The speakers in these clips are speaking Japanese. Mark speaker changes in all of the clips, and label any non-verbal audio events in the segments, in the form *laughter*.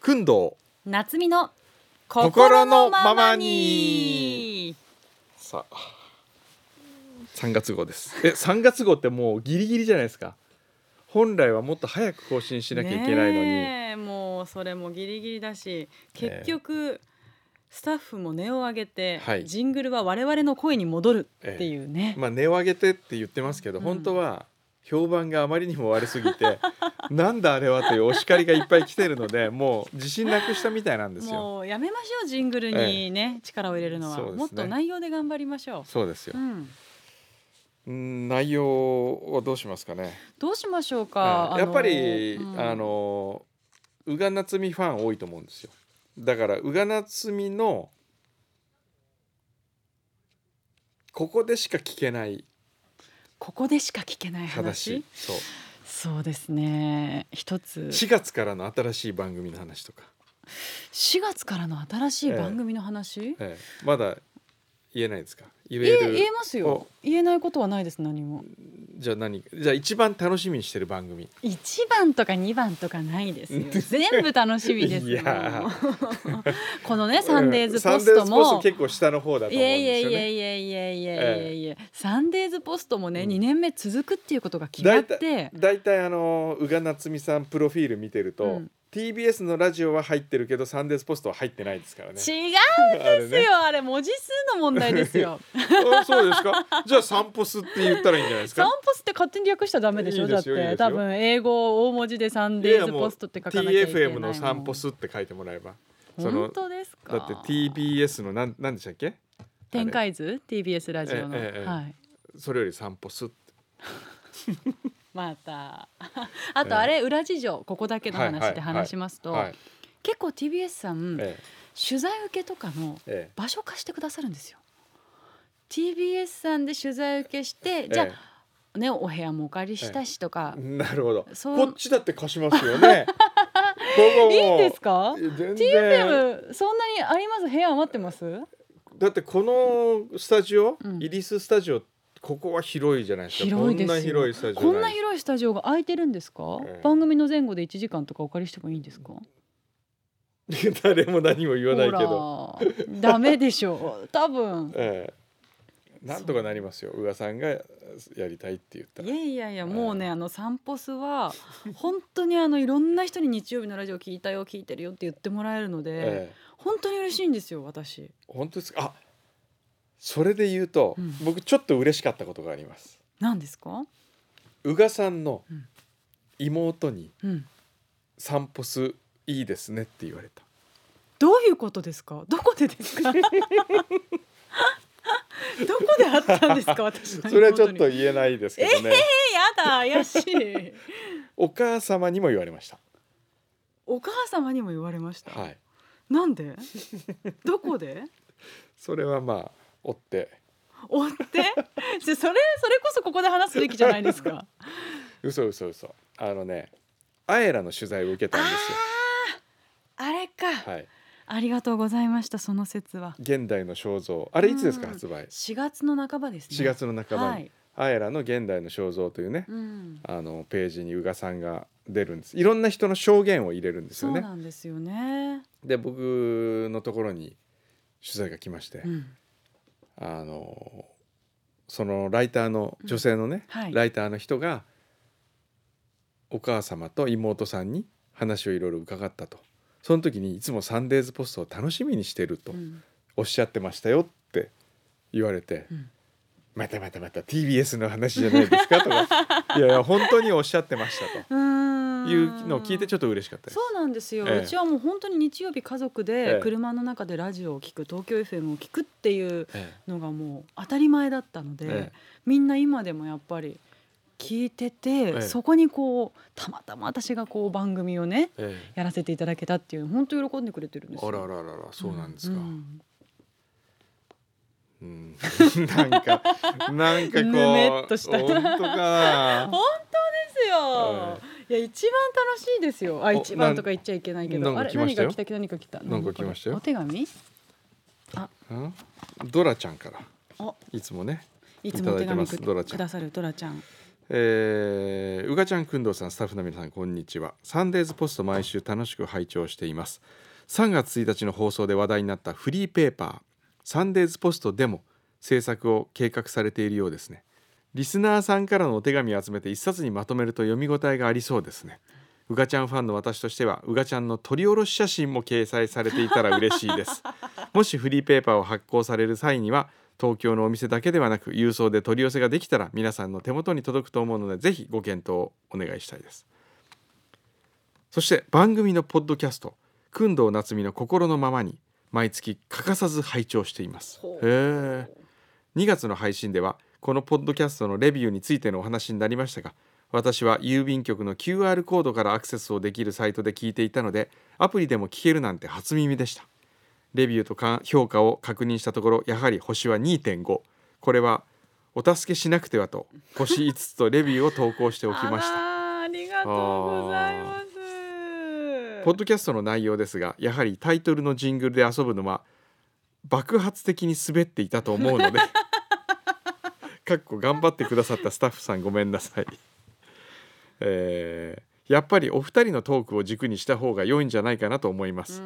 Speaker 1: くんど
Speaker 2: 夏美の
Speaker 1: 心のままにうさあ3月号ですえ3月号ってもうギリギリじゃないですか本来はもっと早く更新しなきゃいけないのに、
Speaker 2: ねえもうそれもギリギリだし結局、スタッフも音を上げて、
Speaker 1: はい
Speaker 2: ジングルは我々の声に戻るっていうね、
Speaker 1: まあ値を上げてって言ってますけど、
Speaker 2: うん
Speaker 1: 本当は評判があまりにも悪すぎて *laughs* なんだあれはというお叱りがいっぱい来てるのでもう自信なくしたみたいなんですよ
Speaker 2: もうやめましょうジングルにね、力を入れるのは、
Speaker 1: そうですね
Speaker 2: もっと内容で頑張りましょ
Speaker 1: そうですよ
Speaker 2: う、う、ん、
Speaker 1: うん、内容はどうしますかね
Speaker 2: どうしましょうか、
Speaker 1: ええやっぱり、
Speaker 2: うん
Speaker 1: あの宇賀なつみファン多いと思うんですよだから宇賀なつみのここでしか聞けない
Speaker 2: ここでしか聞けない
Speaker 1: 話
Speaker 2: 話
Speaker 1: そう
Speaker 2: そうですね一つ
Speaker 1: 4月からの新しい番組の話とか、
Speaker 2: 4月からの新しい番組の話、
Speaker 1: ええまだ言えないですか言
Speaker 2: え
Speaker 1: え
Speaker 2: 言え
Speaker 1: る
Speaker 2: ます
Speaker 1: お
Speaker 2: よ言えないことはないです何も
Speaker 1: じゃあ何じゃあ一番楽しみにしてる番組
Speaker 2: 一番とか二番とかないで
Speaker 1: *laughs*
Speaker 2: すよ全部楽しみです
Speaker 1: い
Speaker 2: よ
Speaker 1: や
Speaker 2: *laughs* このねサンデーズポス
Speaker 1: う
Speaker 2: ト
Speaker 1: んサンデーズポス
Speaker 2: も
Speaker 1: ト結構下の方だと
Speaker 2: い
Speaker 1: 思うん
Speaker 2: やいや
Speaker 1: ですよ
Speaker 2: いや
Speaker 1: ね
Speaker 2: いやいやいやいやいやサンデーズポストもね、
Speaker 1: うん
Speaker 2: 二年目続くっていうことが決まって
Speaker 1: だいたいあの宇賀なつみさんプロフィール見てると、
Speaker 2: うん
Speaker 1: TBS のラジオは入ってるけどサンデーズポストは入ってないですからね。
Speaker 2: 違うん
Speaker 1: あれ
Speaker 2: です
Speaker 1: ね
Speaker 2: よあれ文字数の問題
Speaker 1: *laughs*
Speaker 2: ですよ
Speaker 1: あそうですか。じゃあサンポスって言ったらいいんじゃないです
Speaker 2: サン
Speaker 1: か。
Speaker 2: ポスって勝手に略しちゃダメでしょ
Speaker 1: いいですよ
Speaker 2: だっ
Speaker 1: いいです
Speaker 2: て
Speaker 1: よ
Speaker 2: 多分英語大文字でサンデーズポストって書かなきゃいけないも
Speaker 1: TFM
Speaker 2: ん
Speaker 1: のサンポスって書いてもらえば。その
Speaker 2: 本当ですか
Speaker 1: だって TBS のなんなんでしたっけ？
Speaker 2: 展開図 TBS ラジオの、
Speaker 1: ええええ
Speaker 2: はい
Speaker 1: それよりサンポスって。
Speaker 2: また *laughs* あとあれ、裏事情ここだけの話で話しますと、
Speaker 1: はい。
Speaker 2: 結構 TBS さん、
Speaker 1: え
Speaker 2: 取材受けとかの
Speaker 1: ええ
Speaker 2: 場所貸してくださるんですよ TBS さんで取材受けして、
Speaker 1: え
Speaker 2: じゃあねお部屋もお借りしたしとか、
Speaker 1: なるほど。
Speaker 2: そう
Speaker 1: こっちだって貸しますよ
Speaker 2: *laughs*
Speaker 1: ね。ここ
Speaker 2: いい
Speaker 1: も
Speaker 2: んですか
Speaker 1: 全然。
Speaker 2: TFM そんなにあります部屋余ってます
Speaker 1: だってこのスタジオ、
Speaker 2: うん
Speaker 1: イリススタジオここは広いじゃないですか。
Speaker 2: 広いですよ
Speaker 1: こんな広いスタジオい。
Speaker 2: こんな広いスタジオが空いてるんですか、
Speaker 1: ええ
Speaker 2: 番組の前後で1時間とかお借りしてもいいんですか
Speaker 1: *laughs* 誰も何も言わないけど、
Speaker 2: ほらダメでしょう多分
Speaker 1: ええ、なんとかなりますよ宇賀さんがやりたいって言った
Speaker 2: い
Speaker 1: ら
Speaker 2: やいやいやもうね、あの散歩スは *laughs* 本当にあのいろんな人に日曜日のラジオ聞いたよ聞いてるよって言ってもらえるので、
Speaker 1: ええ
Speaker 2: 本当に嬉しいんですよ私
Speaker 1: 本当ですかあそれで言うと、
Speaker 2: うん
Speaker 1: 僕ちょっと嬉しかったことがあります
Speaker 2: 何ですか
Speaker 1: 宇賀さんの
Speaker 2: うん
Speaker 1: 妹に
Speaker 2: うん
Speaker 1: 「散歩すいいですね」って言われた
Speaker 2: どういうことですかどこでですか *laughs* どこであったんですか私の妹に
Speaker 1: それはちょっと言えないですけどね、
Speaker 2: えやだ怪しい
Speaker 1: *laughs* お母様にも言われました
Speaker 2: お母様にも言われました、
Speaker 1: はい
Speaker 2: なんでどこで
Speaker 1: それはまあ追って
Speaker 2: 追ってじゃそれそれこそここで話すべきじゃないですか
Speaker 1: 嘘嘘嘘あのね *laughs* あえらの取材を受けたんですよ
Speaker 2: あれか、
Speaker 1: はい
Speaker 2: ありがとうございましたその説は
Speaker 1: 現代の肖像あれいつですか
Speaker 2: うん
Speaker 1: 発売
Speaker 2: 4月の半ばですね
Speaker 1: 4月の半ばに、
Speaker 2: はい、
Speaker 1: アエラの現代の肖像というね、
Speaker 2: うん、
Speaker 1: あのページに宇賀さんが出るんですいろんな人の証言を入れるんです
Speaker 2: そ
Speaker 1: よ
Speaker 2: う
Speaker 1: ね
Speaker 2: なんですよね、
Speaker 1: で僕のところに取材が来まして、
Speaker 2: うん、
Speaker 1: あのそのライターの女性のね、
Speaker 2: うんはい
Speaker 1: ライターの人がお母様と妹さんに話をいろいろ伺ったとその時にいつも「サンデーズポストを楽しみにしてる」と
Speaker 2: うん
Speaker 1: おっしゃってましたよって言われて、
Speaker 2: うん
Speaker 1: またまたまた TBS の話じゃないですか
Speaker 2: *laughs*
Speaker 1: とかいやいや本当におっしゃってました
Speaker 2: うー
Speaker 1: と
Speaker 2: ん
Speaker 1: いうのを聞いてちょっと嬉しかったです
Speaker 2: そ。うなんですよ、
Speaker 1: ええ
Speaker 2: うちはもう本当に日曜日家族
Speaker 1: ええ
Speaker 2: で車の中でラジオを聞く東京 FM を聞くっていう
Speaker 1: え
Speaker 2: のがもう当たり前だったので、
Speaker 1: ええ
Speaker 2: みんな今でもやっぱり聞いてて、
Speaker 1: え
Speaker 2: そこにこうたまたま私がこう番組をね
Speaker 1: ええ
Speaker 2: やらせていただけたっていう本当喜んでくれてるん
Speaker 1: え
Speaker 2: ですよ
Speaker 1: あらあらあららそうなんですか。
Speaker 2: うん
Speaker 1: うん、 *laughs* なんかなんかこう
Speaker 2: ぬめっとした
Speaker 1: 本当
Speaker 2: *laughs*
Speaker 1: か
Speaker 2: 本当ですよ、いや一番楽しいですよあ一番とか言っちゃいけないけ
Speaker 1: なん
Speaker 2: ど
Speaker 1: か
Speaker 2: あれ
Speaker 1: 来まし
Speaker 2: 何
Speaker 1: たよ
Speaker 2: が来た何か来た
Speaker 1: なんか来ましたよ
Speaker 2: お手紙
Speaker 1: な。んドラちゃんから
Speaker 2: あ
Speaker 1: いつもね
Speaker 2: いつもお手紙く
Speaker 1: いただいてますドラちゃん
Speaker 2: くださるドラちゃん
Speaker 1: ええーうがちゃんくんどうさんスタッフの皆さんこんにちはサンデーズポスト毎週楽しく拝聴しています3月1日の放送で話題になったフリーペーパーサンデーズポストでも制作を計画されているようですねリスナーさんからのお手紙を集めて一冊にまとめると読み応えがありそうですねうがちゃんファンの私としてはうがちゃんの撮り下ろし写真も掲載されていたら嬉しいですもしフリーペーパーを発行される際には東京のお店だけではなく郵送で取り寄せができたら皆さんの手元に届くと思うのでぜひご検討をお願いしたいですそして番組のポッドキャスト「工藤夏実の心のままに」毎月欠かさず拝聴しています
Speaker 2: ほう
Speaker 1: へえ2月の配信ではこのポッドキャストのレビューについてのお話になりましたが私は郵便局の QR コードからアクセスをできるサイトで聞いていたのでアプリでも聞けるなんて初耳でしたレビューとか評価を確認したところやはり星は2.5これはお助けしなくてはと星5つとレビューを投稿しておきました
Speaker 2: あらーありがとうございます
Speaker 1: ポッドキャストの内容ですがやはりタイトルのジングルで遊ぶのは爆発的に滑っていたと思うのでかっこ頑張ってくださったスタッフさんごめんなさい、えーやっぱりお二人のトークを軸にした方が良いんじゃないかなと思います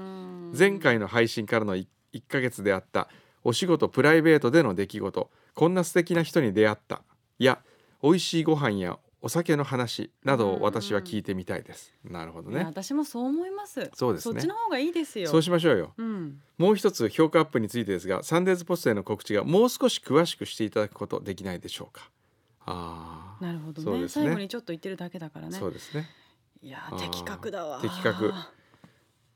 Speaker 1: 前回の配信からの1ヶ月であったお仕事プライベートでの出来事こんな素敵な人に出会ったや美味しいご飯やお酒の話などを私は聞いてみたいです、なるほど
Speaker 2: いや
Speaker 1: ね
Speaker 2: 私もそう思います
Speaker 1: そうですね
Speaker 2: そっちの方がいいですよ
Speaker 1: そうしましょうよ
Speaker 2: うん
Speaker 1: もう一つ評価アップについてですがサンデーズポストへの告知がもう少し詳しくしていただくことできないでしょうかああ、
Speaker 2: なるほど
Speaker 1: そう
Speaker 2: ね
Speaker 1: ですね
Speaker 2: 最後にちょっと言ってるだけだからね
Speaker 1: そうですね
Speaker 2: いや
Speaker 1: あ
Speaker 2: ー
Speaker 1: ー
Speaker 2: 的確だわ
Speaker 1: 的確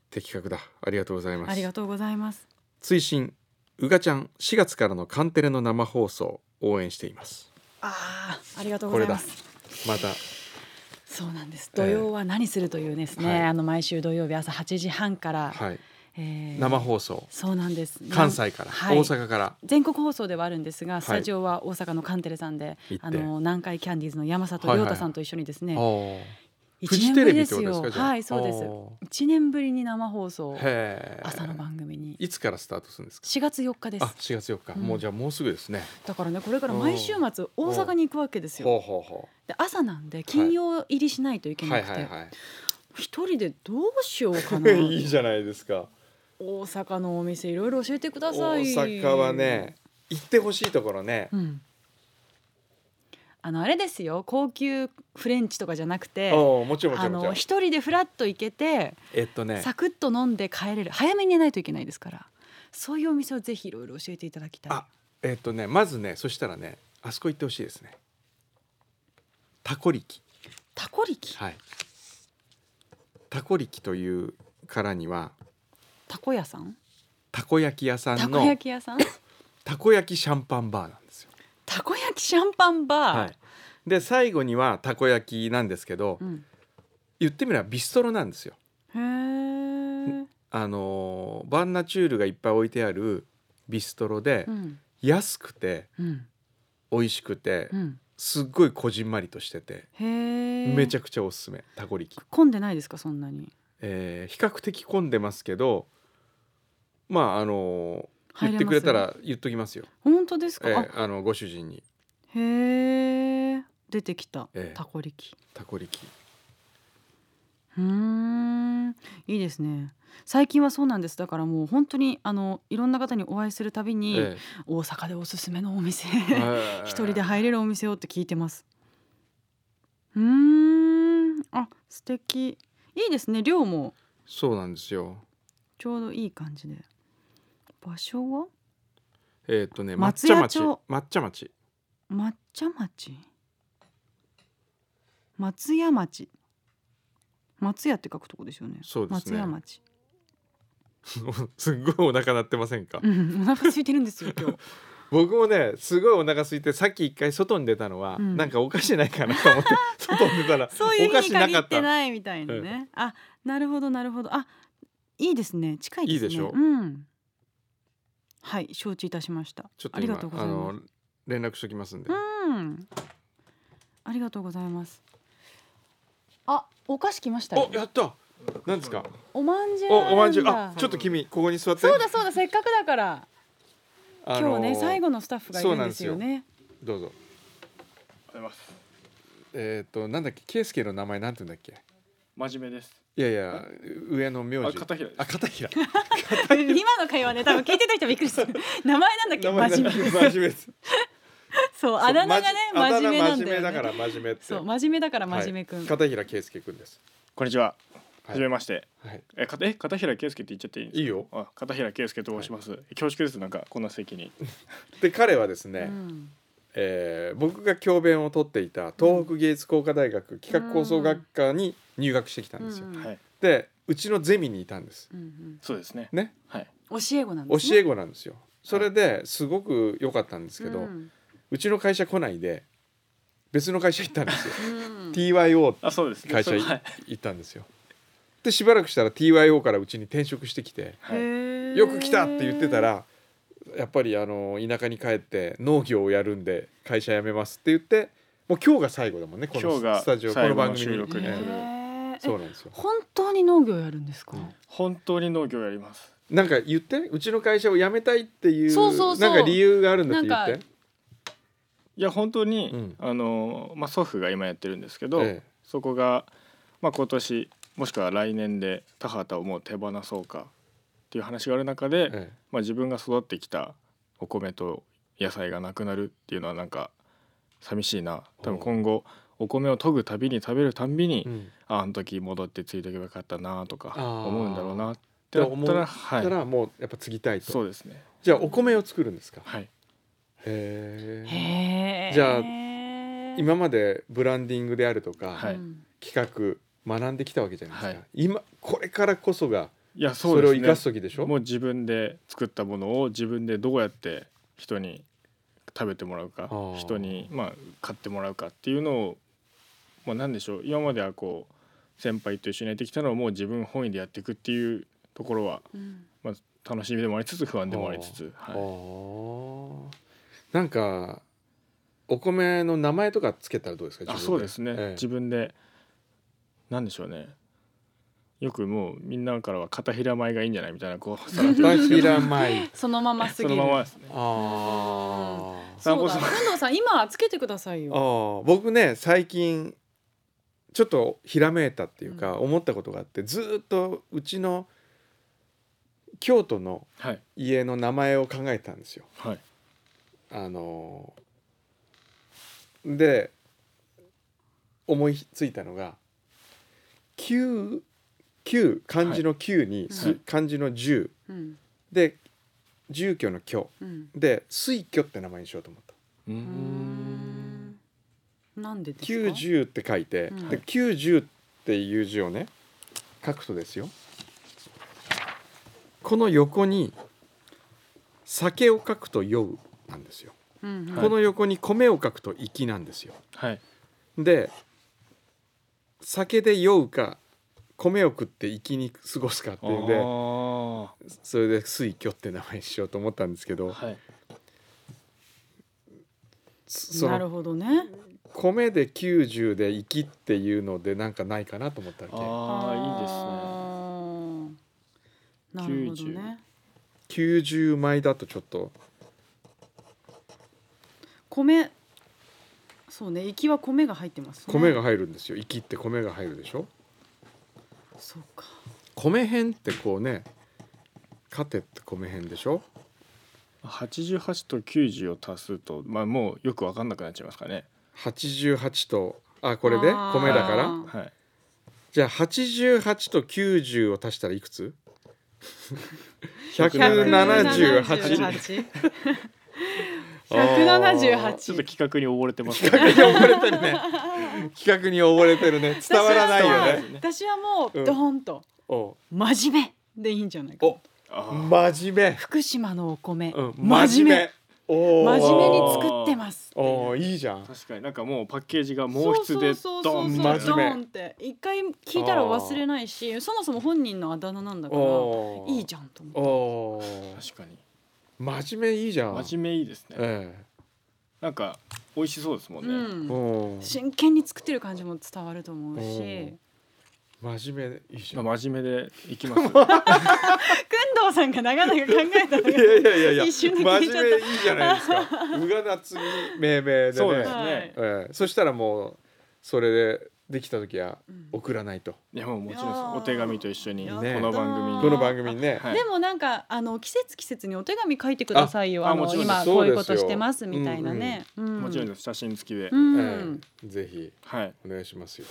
Speaker 1: 的確だありがとうございます
Speaker 2: ありがとうございます
Speaker 1: 追伸うがちゃん4月からのカンテレの生放送応援しています
Speaker 2: あーありがとうございます
Speaker 1: また
Speaker 2: そうなんです
Speaker 1: え
Speaker 2: 土曜は何するというですね、
Speaker 1: はい
Speaker 2: あの毎週土曜日朝8時半から、
Speaker 1: はい
Speaker 2: えー
Speaker 1: 生放送
Speaker 2: そうなんです
Speaker 1: 関西から、
Speaker 2: はい
Speaker 1: 大阪から
Speaker 2: 全国放送ではあるんですが
Speaker 1: い
Speaker 2: スタジオは大阪のカンテレさんで、
Speaker 1: 行
Speaker 2: あ
Speaker 1: って
Speaker 2: の南海キャンディーズの山里
Speaker 1: はい
Speaker 2: 亮
Speaker 1: はい
Speaker 2: 太さんと一緒にですね、
Speaker 1: あー
Speaker 2: 一
Speaker 1: フジ
Speaker 2: 年
Speaker 1: テ
Speaker 2: ぶ
Speaker 1: レ
Speaker 2: り
Speaker 1: ビ
Speaker 2: で
Speaker 1: ってこ
Speaker 2: す
Speaker 1: とですか
Speaker 2: よ
Speaker 1: じゃあ
Speaker 2: はいそうです
Speaker 1: あ
Speaker 2: 1年ぶりに生放送
Speaker 1: ーへえ
Speaker 2: 朝の番組に
Speaker 1: いつからスタートするんですか
Speaker 2: 4月4日で
Speaker 1: あ
Speaker 2: す
Speaker 1: 4月4日、
Speaker 2: うん
Speaker 1: もうじゃあもうすぐですね
Speaker 2: だからねこれから毎週末大阪に行くわけですよ
Speaker 1: ほうほうほ
Speaker 2: で朝なんで金曜入りしないといけ
Speaker 1: うは
Speaker 2: ないく
Speaker 1: はい
Speaker 2: て
Speaker 1: はい
Speaker 2: 一人でどうしようか
Speaker 1: *laughs*
Speaker 2: な
Speaker 1: いいじゃないですか
Speaker 2: 大阪のお店いろいろ教えてくだ
Speaker 1: 大
Speaker 2: さい
Speaker 1: 阪はね行ってほしいところね
Speaker 2: うんあのあれですよ高級フレンチとかじゃなくて
Speaker 1: おうもちろんもちろ
Speaker 2: あ
Speaker 1: んもちろ
Speaker 2: の
Speaker 1: ん
Speaker 2: 一人でフラッと行けて
Speaker 1: えっとね
Speaker 2: サクッと飲んで帰れる早めに寝ないといけないですからそういうお店をぜひいろいろ教えていただきたい
Speaker 1: あえっとねまずねそしたらねあそこ行ってほしいですねタコ力
Speaker 2: タコ力
Speaker 1: はいタコ力というからには
Speaker 2: タコ屋さん
Speaker 1: たこ焼き屋さ
Speaker 2: た
Speaker 1: ん
Speaker 2: こ
Speaker 1: の
Speaker 2: 焼き
Speaker 1: *laughs*
Speaker 2: 屋さん
Speaker 1: たこ焼きシャンパンバーなんですよ
Speaker 2: たこ焼きシャンパンバー、
Speaker 1: はいで最後にはたこ焼きなんですけど
Speaker 2: うん、
Speaker 1: 言ってみればビストロなんですよ
Speaker 2: へえ、
Speaker 1: あのーバンナチュールがいっぱい置いてあるビストロで
Speaker 2: うん
Speaker 1: 安くて
Speaker 2: うん
Speaker 1: 美味しくて
Speaker 2: うん、
Speaker 1: すっごいこじんまりとしてて
Speaker 2: へえ
Speaker 1: めちゃ
Speaker 2: く
Speaker 1: くちゃおすすめタコ力、
Speaker 2: 混んでないですかそんなに
Speaker 1: えー比較的混んでますけどまああのー言っ
Speaker 2: 入れます
Speaker 1: てくれたら言っときますよ、
Speaker 2: 本当ですか、
Speaker 1: えーあのご主人に
Speaker 2: あへえ出てきた、
Speaker 1: ええ
Speaker 2: タコ力
Speaker 1: タコ力
Speaker 2: うーんいいですね最近はそうなんですだからもう本当にあのいろんな方にお会いするたびに、
Speaker 1: え
Speaker 2: 大阪でおすすめのお店
Speaker 1: え
Speaker 2: *laughs*
Speaker 1: えー
Speaker 2: 一人で入れるお店をって聞いてますうーんあ素敵いいですね量も
Speaker 1: そうなんですよ
Speaker 2: ちょうどいい感じで場所は
Speaker 1: えーっとね抹
Speaker 2: 松
Speaker 1: 茶
Speaker 2: 屋
Speaker 1: 町
Speaker 2: 町
Speaker 1: 抹茶町 *laughs*
Speaker 2: 抹茶町松屋町松屋って書くとこですよね
Speaker 1: そうですね
Speaker 2: 松屋町
Speaker 1: すっごいお腹鳴ってませんか
Speaker 2: うんお腹空いてるんですよ
Speaker 1: *laughs*
Speaker 2: 今日
Speaker 1: 僕もねすごいお腹空いてさっき一回外に出たのは、
Speaker 2: うん
Speaker 1: なんかお菓子ないかなと思って
Speaker 2: *laughs*
Speaker 1: 外に出たら
Speaker 2: そういう
Speaker 1: お
Speaker 2: 日
Speaker 1: 菓
Speaker 2: に
Speaker 1: 子な
Speaker 2: 限
Speaker 1: か
Speaker 2: っ
Speaker 1: ってた
Speaker 2: ないみたいなね、あなるほどなるほどあいいですね近いです
Speaker 1: い
Speaker 2: ね
Speaker 1: いでしょ
Speaker 2: うんはい承知いたしました
Speaker 1: ちょっ
Speaker 2: あ
Speaker 1: と
Speaker 2: り
Speaker 1: 今
Speaker 2: がとうござ
Speaker 1: あ
Speaker 2: いま
Speaker 1: の
Speaker 2: す
Speaker 1: 連絡しときますんで、
Speaker 2: うんありがとうございますあお菓子来ましたよ
Speaker 1: おやったなんですか
Speaker 2: おまんじゅう
Speaker 1: おおまん
Speaker 2: ん
Speaker 1: じゅうあ
Speaker 2: だ
Speaker 1: ちょっと君ここに座って
Speaker 2: そうだそうだせっかくだから
Speaker 1: あ
Speaker 2: 今日
Speaker 1: の
Speaker 2: ね最後のスタッフがいるんですよね
Speaker 1: どうぞ
Speaker 3: あります。
Speaker 1: えっ、となんだっけ圭介の名前なんて言うんだっけ
Speaker 3: 真面目です。
Speaker 1: いやいや上の名
Speaker 3: あ、
Speaker 1: 字
Speaker 3: 片平です
Speaker 1: あ。片平
Speaker 2: 今の会話ね多分聞いてた人びっくりする *laughs* 名前なんだっけ
Speaker 1: 名前
Speaker 2: *laughs* 真面目
Speaker 1: 真面目です
Speaker 2: そうあだ名がね
Speaker 1: そうまじ
Speaker 2: 真面目なんだ
Speaker 1: あだ名真面目だか
Speaker 2: よね
Speaker 1: ら真面目って
Speaker 2: そう真面目だから真面目く
Speaker 1: は
Speaker 2: ん
Speaker 1: い、片平圭介くんです
Speaker 3: こんにちは。
Speaker 1: はい
Speaker 3: はじめまして。
Speaker 1: はい
Speaker 3: え、かたえ片平圭介って言っちゃっていいんです
Speaker 1: い
Speaker 3: か
Speaker 1: いよ
Speaker 3: あ片平圭介と申します、恐縮ですなんかこんな席に
Speaker 1: で彼はですね、
Speaker 2: うん
Speaker 1: えー僕が教鞭を取っていた東北芸術工科大学企画構想学科に入学してきたんですよ、
Speaker 2: うんうん
Speaker 3: はい
Speaker 1: でうちのゼミにいたんです
Speaker 2: うん
Speaker 3: そうですね
Speaker 1: ね
Speaker 3: はい
Speaker 2: うん教え子なん
Speaker 1: 教
Speaker 2: ですね
Speaker 1: え子なんですよそれですごく良かったんですけど、う
Speaker 2: うん
Speaker 1: ちの会社来ないで別の会社行ったんですよ *laughs*
Speaker 2: うん
Speaker 1: TYO って
Speaker 3: あそうですね
Speaker 1: 会社
Speaker 3: そう
Speaker 1: い
Speaker 3: はい、
Speaker 1: 行ったんですよでしばらくしたら TYO からうちに転職してきて
Speaker 3: はい
Speaker 1: 「
Speaker 2: へー
Speaker 1: よく来た!」って言ってたらやっぱりあの田舎に帰って農業をやるんで会社辞めますって言ってもう今日が最後だもんねこ
Speaker 3: 今日
Speaker 1: の
Speaker 3: が
Speaker 1: スタジオこ
Speaker 3: 最
Speaker 1: の
Speaker 3: 後の
Speaker 1: 番組に
Speaker 3: 収録に
Speaker 2: へ
Speaker 3: なる
Speaker 2: ーえ
Speaker 1: そうなんですよ
Speaker 2: 本当に農業やるんですか、
Speaker 1: うん
Speaker 3: 本当に農業やります
Speaker 1: なんか言ってうちの会社を辞めたいっていう
Speaker 2: そうそうそ
Speaker 1: な
Speaker 2: う
Speaker 1: んか理由があるんだって言っ
Speaker 2: なん
Speaker 1: て
Speaker 2: か
Speaker 3: いや本当に、
Speaker 1: うん
Speaker 3: あのまあ祖父が今やってるんですけど、
Speaker 1: ええ
Speaker 3: そこがまあ今年もしくは来年で田畑をもう手放そうかっていう話がある中で、
Speaker 1: え
Speaker 3: まあ自分が育ってきたお米と野菜がなくなるっていうのはなんか寂しいな多分今後お米を研ぐたびに食べるたんびに、
Speaker 1: えうん
Speaker 3: ああの時戻ってついていけばよかったなとか
Speaker 1: あー
Speaker 3: 思うんだろうなってな
Speaker 1: って
Speaker 3: っ
Speaker 1: 思
Speaker 3: た
Speaker 1: う
Speaker 3: ら
Speaker 1: だか
Speaker 3: はい
Speaker 1: らもうやっぱ継ぎたい
Speaker 3: そ
Speaker 1: と
Speaker 3: うですね
Speaker 1: じゃあお米を作るんですか
Speaker 3: はい
Speaker 1: へえ
Speaker 2: へー
Speaker 1: じゃあ今までブランディングであるとか、
Speaker 3: はい
Speaker 2: うん
Speaker 1: 企画学んできたわけじゃないですか、
Speaker 3: はい
Speaker 1: 今これからこそが
Speaker 3: いやそ
Speaker 1: そうれを生
Speaker 3: で
Speaker 1: か
Speaker 3: す
Speaker 1: す
Speaker 3: ね
Speaker 1: 時でしょ
Speaker 3: もう自分で作ったものを自分でどうやって人に食べてもらうか
Speaker 1: ー
Speaker 3: 人にまあ買ってもらうかっていうのをまあ何でしょう今まではこう先輩と一緒にやってきたのをもう自分本位でやっていくっていうところは
Speaker 2: うん
Speaker 3: まあ楽しみでもありつつ不安でもありつつ
Speaker 1: あ
Speaker 3: はい
Speaker 1: ーなんかお米の名前とかつけたらどうですか
Speaker 3: あそうですね、
Speaker 1: ええ
Speaker 3: 自分でなんでしょうねよくもうみんなからは片平米がいいんじゃないみたいなこうさらっ *laughs* と言
Speaker 1: バ
Speaker 3: うんですけ
Speaker 1: ヒ
Speaker 3: ど
Speaker 1: ラマ
Speaker 3: *laughs*
Speaker 1: イ
Speaker 2: そのまます
Speaker 3: そ
Speaker 2: ぎる
Speaker 3: のままですね
Speaker 1: あー
Speaker 2: そうだ
Speaker 3: 散歩す
Speaker 2: 安藤さん今つけてください
Speaker 1: あ
Speaker 2: よ
Speaker 1: ー僕ね最近ちょっとひらめいたっていうか、
Speaker 2: うん
Speaker 1: 思ったことがあってずーっとうちの京都の
Speaker 3: はい
Speaker 1: 家の名前を考えてたんですよ。
Speaker 3: はい
Speaker 1: あのーで思いついたのが「九」九漢字の「九」に、す
Speaker 3: はい
Speaker 1: 漢字の「十
Speaker 2: うん」
Speaker 1: で住居の「居
Speaker 2: うん」
Speaker 1: で「水居」って名前にしようと思った。
Speaker 3: う
Speaker 2: うー
Speaker 3: ん
Speaker 2: んなんでですか
Speaker 1: 九十って書いて、
Speaker 2: うん
Speaker 1: で九十っていう字をね書くとですよこの横に「酒」を書くと「酔う」なんですよ。
Speaker 2: うんうん
Speaker 3: はい
Speaker 1: この横に米を書くと粋なんですよ。
Speaker 3: はい
Speaker 1: で酒で酔うか米を食って粋に過ごすかっていうの
Speaker 3: あ
Speaker 1: で
Speaker 3: ー
Speaker 1: それで「水魚」って名前にしようと思ったんですけど
Speaker 3: はい
Speaker 1: そ
Speaker 2: な
Speaker 1: の
Speaker 2: るほどね
Speaker 1: 米で90で粋っていうのでなんかないかなと思ったわ
Speaker 3: あ
Speaker 2: あーいいですねなるほどね
Speaker 1: け90枚だとちょっと
Speaker 2: 米そうねきは米が入ってますね
Speaker 1: 米が入るんですよ粋って米が入るでしょ
Speaker 2: そうか
Speaker 1: 米編ってこうねカテって米編でしょ
Speaker 3: いいですね88と90を足すとまあもうよく分かんなくなっちゃいますかね
Speaker 1: 88とあこれで
Speaker 2: あー
Speaker 1: 米だから
Speaker 2: うん
Speaker 3: はい
Speaker 1: じゃあ88と90を足したらいくつ ?178
Speaker 3: 178
Speaker 2: 178
Speaker 3: ちょっと企画に溺れてます
Speaker 1: 企画に溺れてるね企画に溺れてるね伝わらないよね
Speaker 2: 私はも
Speaker 1: う
Speaker 2: うんドーンと
Speaker 1: お
Speaker 2: 真面目でいいんじゃないか
Speaker 1: お
Speaker 3: あ
Speaker 1: 真面目、
Speaker 2: 福島のお米
Speaker 1: うん、
Speaker 2: 真面
Speaker 1: おー
Speaker 2: 目真面目に作ってますっていう
Speaker 1: おーいいじゃん
Speaker 3: 確かになんかもうパッケージが毛筆で
Speaker 2: そう
Speaker 3: ド
Speaker 2: そ
Speaker 3: ン
Speaker 2: うそう
Speaker 1: 真
Speaker 2: そう
Speaker 3: みたいな
Speaker 2: ド
Speaker 1: 面目
Speaker 2: ーンって一回聞いたら忘れないしそもそも本人のあだ名なんだから
Speaker 1: おー
Speaker 2: いいじゃんと思って
Speaker 1: おー
Speaker 3: 確かに
Speaker 1: 真面目いいじゃん
Speaker 3: 真面目いいですね
Speaker 1: え
Speaker 3: なんか美味しそうですもん
Speaker 2: う
Speaker 3: ね
Speaker 1: え
Speaker 2: ん
Speaker 1: おー
Speaker 2: 真剣に作ってる感じも伝わると思う
Speaker 1: う
Speaker 2: し
Speaker 1: ん真面目でいいじゃん
Speaker 3: まあ *laughs* 真面目でいきます
Speaker 2: 工藤さんが長々考えたの
Speaker 1: いやいやいやいや
Speaker 2: 一
Speaker 1: 真
Speaker 2: 瞬
Speaker 1: 面
Speaker 2: で
Speaker 1: 目
Speaker 2: 聞
Speaker 1: い
Speaker 2: い
Speaker 1: い
Speaker 2: ちゃ
Speaker 1: じゃ
Speaker 2: った
Speaker 1: ないですかうがなつに命名でね
Speaker 3: そうです
Speaker 2: はい
Speaker 3: ね
Speaker 1: ええそしたらもうそれでできた時は
Speaker 2: うん
Speaker 1: 送らないと、
Speaker 3: いやもうもちろんで
Speaker 2: いや
Speaker 3: す
Speaker 2: ー
Speaker 3: お手紙と一緒に
Speaker 2: や
Speaker 3: こ
Speaker 2: った
Speaker 1: ー
Speaker 3: の番組に
Speaker 2: あ
Speaker 1: この番組にね、
Speaker 3: はい
Speaker 2: でもなんかあの季節季節にお手紙書いてくださいよ
Speaker 3: あ
Speaker 2: あ
Speaker 3: あも
Speaker 2: の
Speaker 3: ちろんです
Speaker 2: 今こ
Speaker 1: そうです
Speaker 2: うい
Speaker 1: よ
Speaker 2: うことしてますみたいなね、うん
Speaker 3: もちろんです写真付きで、
Speaker 2: うん
Speaker 1: ええぜひ
Speaker 3: はい
Speaker 1: お願いしますよ、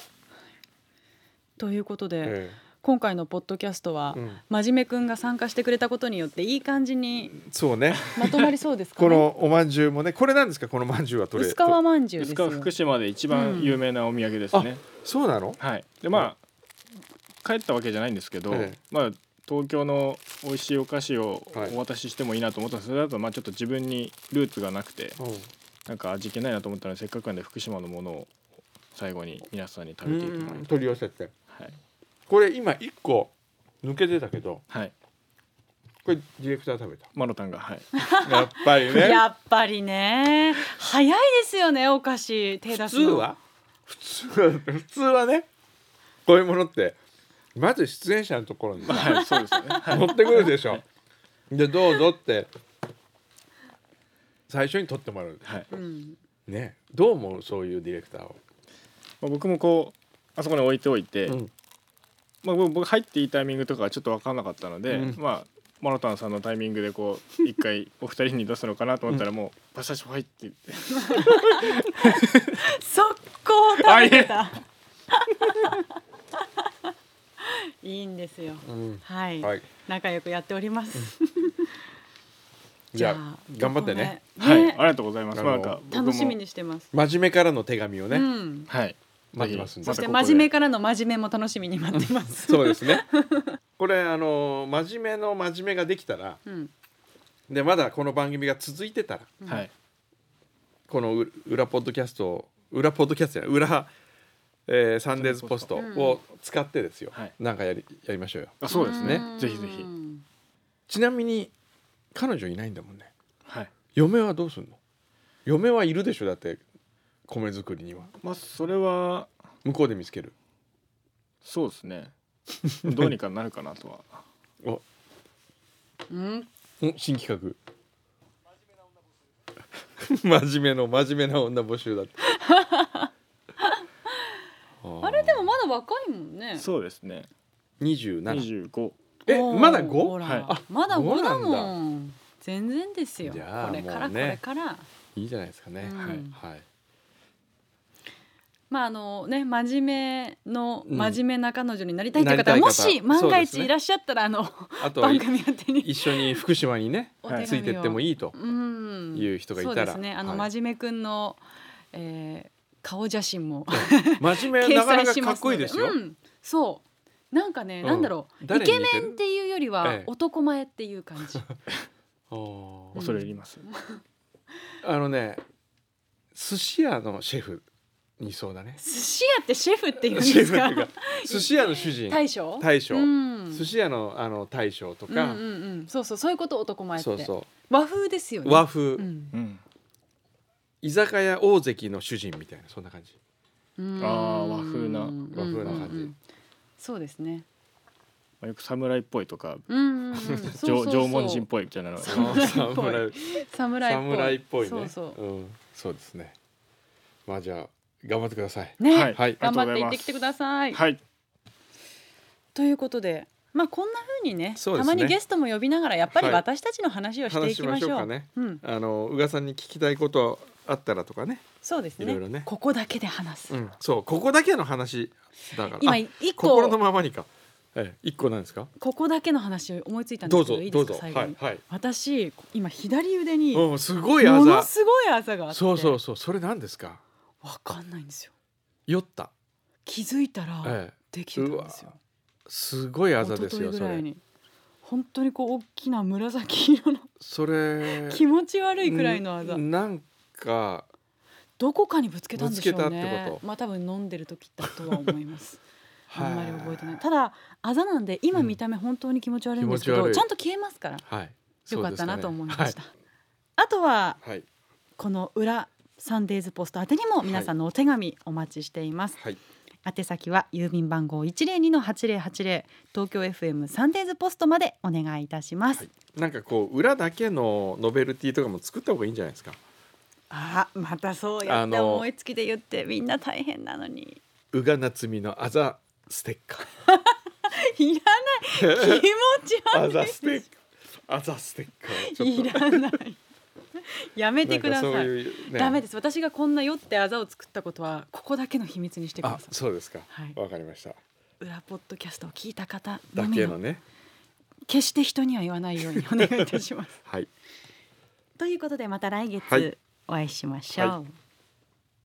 Speaker 2: ということで、
Speaker 1: え
Speaker 2: 今回のポッドキャストは、
Speaker 1: えうん
Speaker 2: 真面目くんが参加してくれたことによっていい感じに
Speaker 1: そうね
Speaker 2: まとまりそうですか
Speaker 1: こ
Speaker 2: ね
Speaker 1: のお饅頭もねこれなんですかこの饅頭は取れ
Speaker 2: 薄皮まんじゅうです
Speaker 3: 薄
Speaker 2: よ
Speaker 3: 川福島で一番有名なお土産ですね、
Speaker 1: そうなの
Speaker 3: はいでまあ帰ったわけじゃないんですけど、
Speaker 1: ええ
Speaker 3: まあ東京の美味しいお菓子を
Speaker 1: はい
Speaker 3: お渡ししてもいいなと思ったんですけど、それだとまあちょっと自分にルーツがなくてなんか味気ないなと思ったのでせっかくなんで福島のものを最後に皆さんに食べていただいて、
Speaker 1: 取り寄せて
Speaker 3: はい
Speaker 1: これ今一個抜けてたけど
Speaker 3: はい、
Speaker 1: これディレクター食べ
Speaker 2: *laughs*
Speaker 1: た
Speaker 3: マロタンがはい
Speaker 1: やっぱりね
Speaker 2: やっぱりね早いですよねお菓子手出すの
Speaker 1: 普通は普通は普通はねこういうものってまず出演者のところに
Speaker 3: はい、そうですよね。
Speaker 1: 持ってくるでしょでどうぞって最初に取ってもらう
Speaker 3: はい。
Speaker 2: うん
Speaker 1: ねどう思うそういうディレクターを、
Speaker 3: まあ僕もこうあそこに置いておいて、
Speaker 1: うん
Speaker 3: まあ僕僕入っていいタイミングとかはちょっと分かんなかったので、
Speaker 1: うん
Speaker 3: まあマロタンさんのタイミングでこう一回お二人に出すのかなと思ったらもうパシャシャ入っていって、
Speaker 2: 速攻食べてたいいんですよ
Speaker 1: うん
Speaker 2: はい、
Speaker 1: はい
Speaker 2: 仲良くやっております
Speaker 1: じゃあ頑張ってね
Speaker 2: ここ
Speaker 3: は
Speaker 2: ね
Speaker 3: い、
Speaker 2: ね
Speaker 3: ありがとうございます。
Speaker 1: あ
Speaker 3: まあ
Speaker 1: の
Speaker 3: なんか僕も
Speaker 2: 楽しみにしてます
Speaker 1: 真面目からの手紙をね、
Speaker 2: うん
Speaker 3: はい
Speaker 1: 待ってますんで
Speaker 2: そ
Speaker 3: ま
Speaker 2: したて
Speaker 3: ここ
Speaker 2: 真
Speaker 3: で
Speaker 2: 面目からの真面目も楽しみに待ってます。
Speaker 1: そうです *laughs* ねこれあの真面目の真面目ができたら
Speaker 2: うん、
Speaker 1: でまだこの番組が続いてたら
Speaker 3: はい
Speaker 1: このう裏ポッドキャストを裏ポッドキャストじゃない裏、えーサンデーズポストを使ってですよ、
Speaker 3: はい
Speaker 1: なんかやりやりましょうよ
Speaker 3: あそうですね
Speaker 2: う。ん
Speaker 3: ぜひぜひ
Speaker 1: ちなみに彼女いないんだもんね
Speaker 3: はい。
Speaker 1: 嫁はどうすんの嫁はいるでしょだって米作りには
Speaker 3: まあそれは
Speaker 1: 向こうで見つける
Speaker 3: そうですね。 *laughs* どうにかなるかなとは。
Speaker 1: お
Speaker 2: うん、
Speaker 1: お新企画 *laughs* 真面目の真面目な女募集だって
Speaker 2: *laughs* あれでもまだ若いもんね。
Speaker 3: そうですね。二
Speaker 1: 27
Speaker 3: 十五。
Speaker 1: え
Speaker 2: おー
Speaker 1: まだ
Speaker 2: ほ
Speaker 1: 5?
Speaker 2: ら
Speaker 3: はい
Speaker 1: あ
Speaker 2: まだ
Speaker 1: 五
Speaker 2: 5
Speaker 1: な
Speaker 2: だ
Speaker 1: んだ
Speaker 2: もん。全然ですよ。
Speaker 1: じゃあ
Speaker 2: これから
Speaker 1: もう
Speaker 2: こ
Speaker 1: ね
Speaker 2: れから。
Speaker 1: いいじゃないですかね、
Speaker 2: うん
Speaker 1: はいはい
Speaker 2: まああのね真面目の
Speaker 1: うん
Speaker 2: 真面目な彼女になりたいという方
Speaker 1: な
Speaker 2: は
Speaker 1: りたい方
Speaker 2: もし万が
Speaker 1: そうですね
Speaker 2: 一いらっしゃったらあの
Speaker 1: あとは
Speaker 2: 番組宛てに
Speaker 1: 一緒に福島にね
Speaker 2: お手紙を
Speaker 1: ついてってもいい
Speaker 2: *laughs*
Speaker 1: と
Speaker 2: うん
Speaker 1: いう人がいたら
Speaker 2: そうですね。あの
Speaker 1: はい
Speaker 2: 真面目くんの、えー顔写真も
Speaker 1: 真面目
Speaker 2: 掲
Speaker 1: なかな
Speaker 2: 載
Speaker 1: か
Speaker 2: し
Speaker 1: か
Speaker 2: ま
Speaker 1: っ
Speaker 2: すの
Speaker 1: こいい
Speaker 2: で
Speaker 1: ですよ、
Speaker 2: うん、そうなんかね、
Speaker 1: うん
Speaker 2: なんだろうイ
Speaker 1: 誰に
Speaker 2: ケ
Speaker 1: 似
Speaker 2: メ
Speaker 1: てる
Speaker 2: ンっていうよりは、
Speaker 1: ええ
Speaker 2: 男前っていう感じ
Speaker 1: あー
Speaker 3: 恐れ入ります。
Speaker 1: あのね寿司屋のシェフにいそうだね
Speaker 2: 寿司屋ってシェフって言うんで
Speaker 1: シェ
Speaker 2: す
Speaker 1: フっていう
Speaker 2: *laughs* か
Speaker 1: か寿司屋の主人
Speaker 2: 大将
Speaker 1: 大将
Speaker 2: うん、
Speaker 1: 寿司屋のあの大将と
Speaker 2: うん
Speaker 1: か、
Speaker 2: うんうんそうそうそういうこと男前って
Speaker 1: そうそ
Speaker 2: 和風ですよ
Speaker 1: う
Speaker 2: ね
Speaker 1: 和風、
Speaker 2: うん
Speaker 3: うん。
Speaker 1: 居酒屋大関の主人みたいなそんな感じ
Speaker 2: うん
Speaker 3: あー和風な
Speaker 2: うん
Speaker 1: 和風な感じ
Speaker 2: うんうんそうですね
Speaker 3: まあよく侍っぽいとか
Speaker 1: *laughs*
Speaker 2: うんうんうんそうそうそう
Speaker 3: 縄文人っぽいみたいなのが
Speaker 2: そう侍っぽい
Speaker 1: 侍
Speaker 2: 侍っぽ
Speaker 1: 侍っ
Speaker 2: い
Speaker 1: ぽいね
Speaker 2: そうそう
Speaker 1: うん、そうですねまあじゃあ頑張ってください
Speaker 2: ね、
Speaker 3: はい、
Speaker 1: はい
Speaker 2: 頑張って行ってきてください、
Speaker 3: はい、
Speaker 2: ということでまあこんな風にね
Speaker 1: そうで
Speaker 2: た
Speaker 1: すね
Speaker 2: まにゲストも呼びながらやっぱり
Speaker 1: はい
Speaker 2: 私たちの話をしていきまし
Speaker 1: 話しま
Speaker 2: ょう。
Speaker 1: しょうかね
Speaker 2: うん、
Speaker 1: あの宇賀さんに聞きたいことあったらとかね、
Speaker 2: そうですね
Speaker 1: いろいろね
Speaker 2: ここだけで話す。
Speaker 1: うん、そうここだけの話だから
Speaker 2: 今
Speaker 1: あ
Speaker 2: 一個
Speaker 1: 心のままにか、ええ、一個なんですか
Speaker 2: ここだけの話を思いついたんで
Speaker 1: どう
Speaker 2: すけ
Speaker 1: ぞ
Speaker 2: どいい
Speaker 1: ど
Speaker 2: で
Speaker 1: う
Speaker 2: すか
Speaker 1: ぞは
Speaker 2: 最
Speaker 1: い
Speaker 2: 後に。
Speaker 1: はい
Speaker 2: 私今左腕にも
Speaker 1: うんすごいあ
Speaker 2: の
Speaker 1: ざ
Speaker 2: すごいあざがあって、
Speaker 1: そうそうそうそれなんですか
Speaker 2: わかんないんですよ。
Speaker 1: 酔った、
Speaker 2: 気づいたら
Speaker 1: ええ、
Speaker 2: できてたんですよ。
Speaker 1: すごいあざ
Speaker 2: 一
Speaker 1: です
Speaker 2: 昨日
Speaker 1: よ
Speaker 2: ぐ
Speaker 1: そ
Speaker 2: らい
Speaker 1: れ
Speaker 2: に本当にこう大きな紫色の
Speaker 1: それ
Speaker 2: 気持ち悪いくらいのあざ。
Speaker 1: んなんか
Speaker 2: どこかにぶつけたんでしょう
Speaker 1: ぶつけたっ
Speaker 2: ね
Speaker 1: てこと
Speaker 2: まあ多分飲んでる時だとは思います
Speaker 1: *laughs* は
Speaker 2: あ
Speaker 1: い
Speaker 2: んまり覚えてないただあざなんで今見た目本当に気持ち悪いんです
Speaker 1: 気
Speaker 2: け
Speaker 1: 持ち
Speaker 2: ど、
Speaker 1: 悪い
Speaker 2: ちゃんと消えますから
Speaker 1: はい
Speaker 2: よかったなと思いまし
Speaker 1: そうです
Speaker 2: た、
Speaker 1: かね
Speaker 2: あとは
Speaker 1: はいはい
Speaker 2: この裏サンデーズポスト宛てにも皆さんのお手紙お待ちしています、
Speaker 1: はい
Speaker 2: 宛先は郵便番号102-8080東京 FM サンデーズポストまでお願いいたしま
Speaker 1: は
Speaker 2: す、
Speaker 1: いなんかこう裏だけのノベルティとかも作った方がいいんじゃないですか
Speaker 2: あまたそうや
Speaker 1: あ
Speaker 2: って
Speaker 1: の
Speaker 2: 思いつきで言ってみんな大変なのに
Speaker 1: 宇賀なつみのあざステッカ
Speaker 2: いらない気持 *laughs*
Speaker 1: ー
Speaker 2: ち
Speaker 1: あ
Speaker 2: 悪い
Speaker 1: ざステ
Speaker 2: で
Speaker 1: ッ
Speaker 2: し
Speaker 1: カーあざステッカー
Speaker 2: ょいらないやめてください
Speaker 1: なんかそういうね
Speaker 2: ダメです私がこんな酔ってあざを作ったことはここだけの秘密にしてくだ
Speaker 1: あ
Speaker 2: さい
Speaker 1: そうですか
Speaker 2: はい
Speaker 1: わ、かりました
Speaker 2: 裏ポッドキャストを聞いた方の
Speaker 1: だ
Speaker 2: み
Speaker 1: け
Speaker 2: の
Speaker 1: のね
Speaker 2: 決して人には言わないようにお願いいたします
Speaker 1: はい
Speaker 2: ということでまた来月
Speaker 1: はい
Speaker 2: お会いしましょう、
Speaker 1: は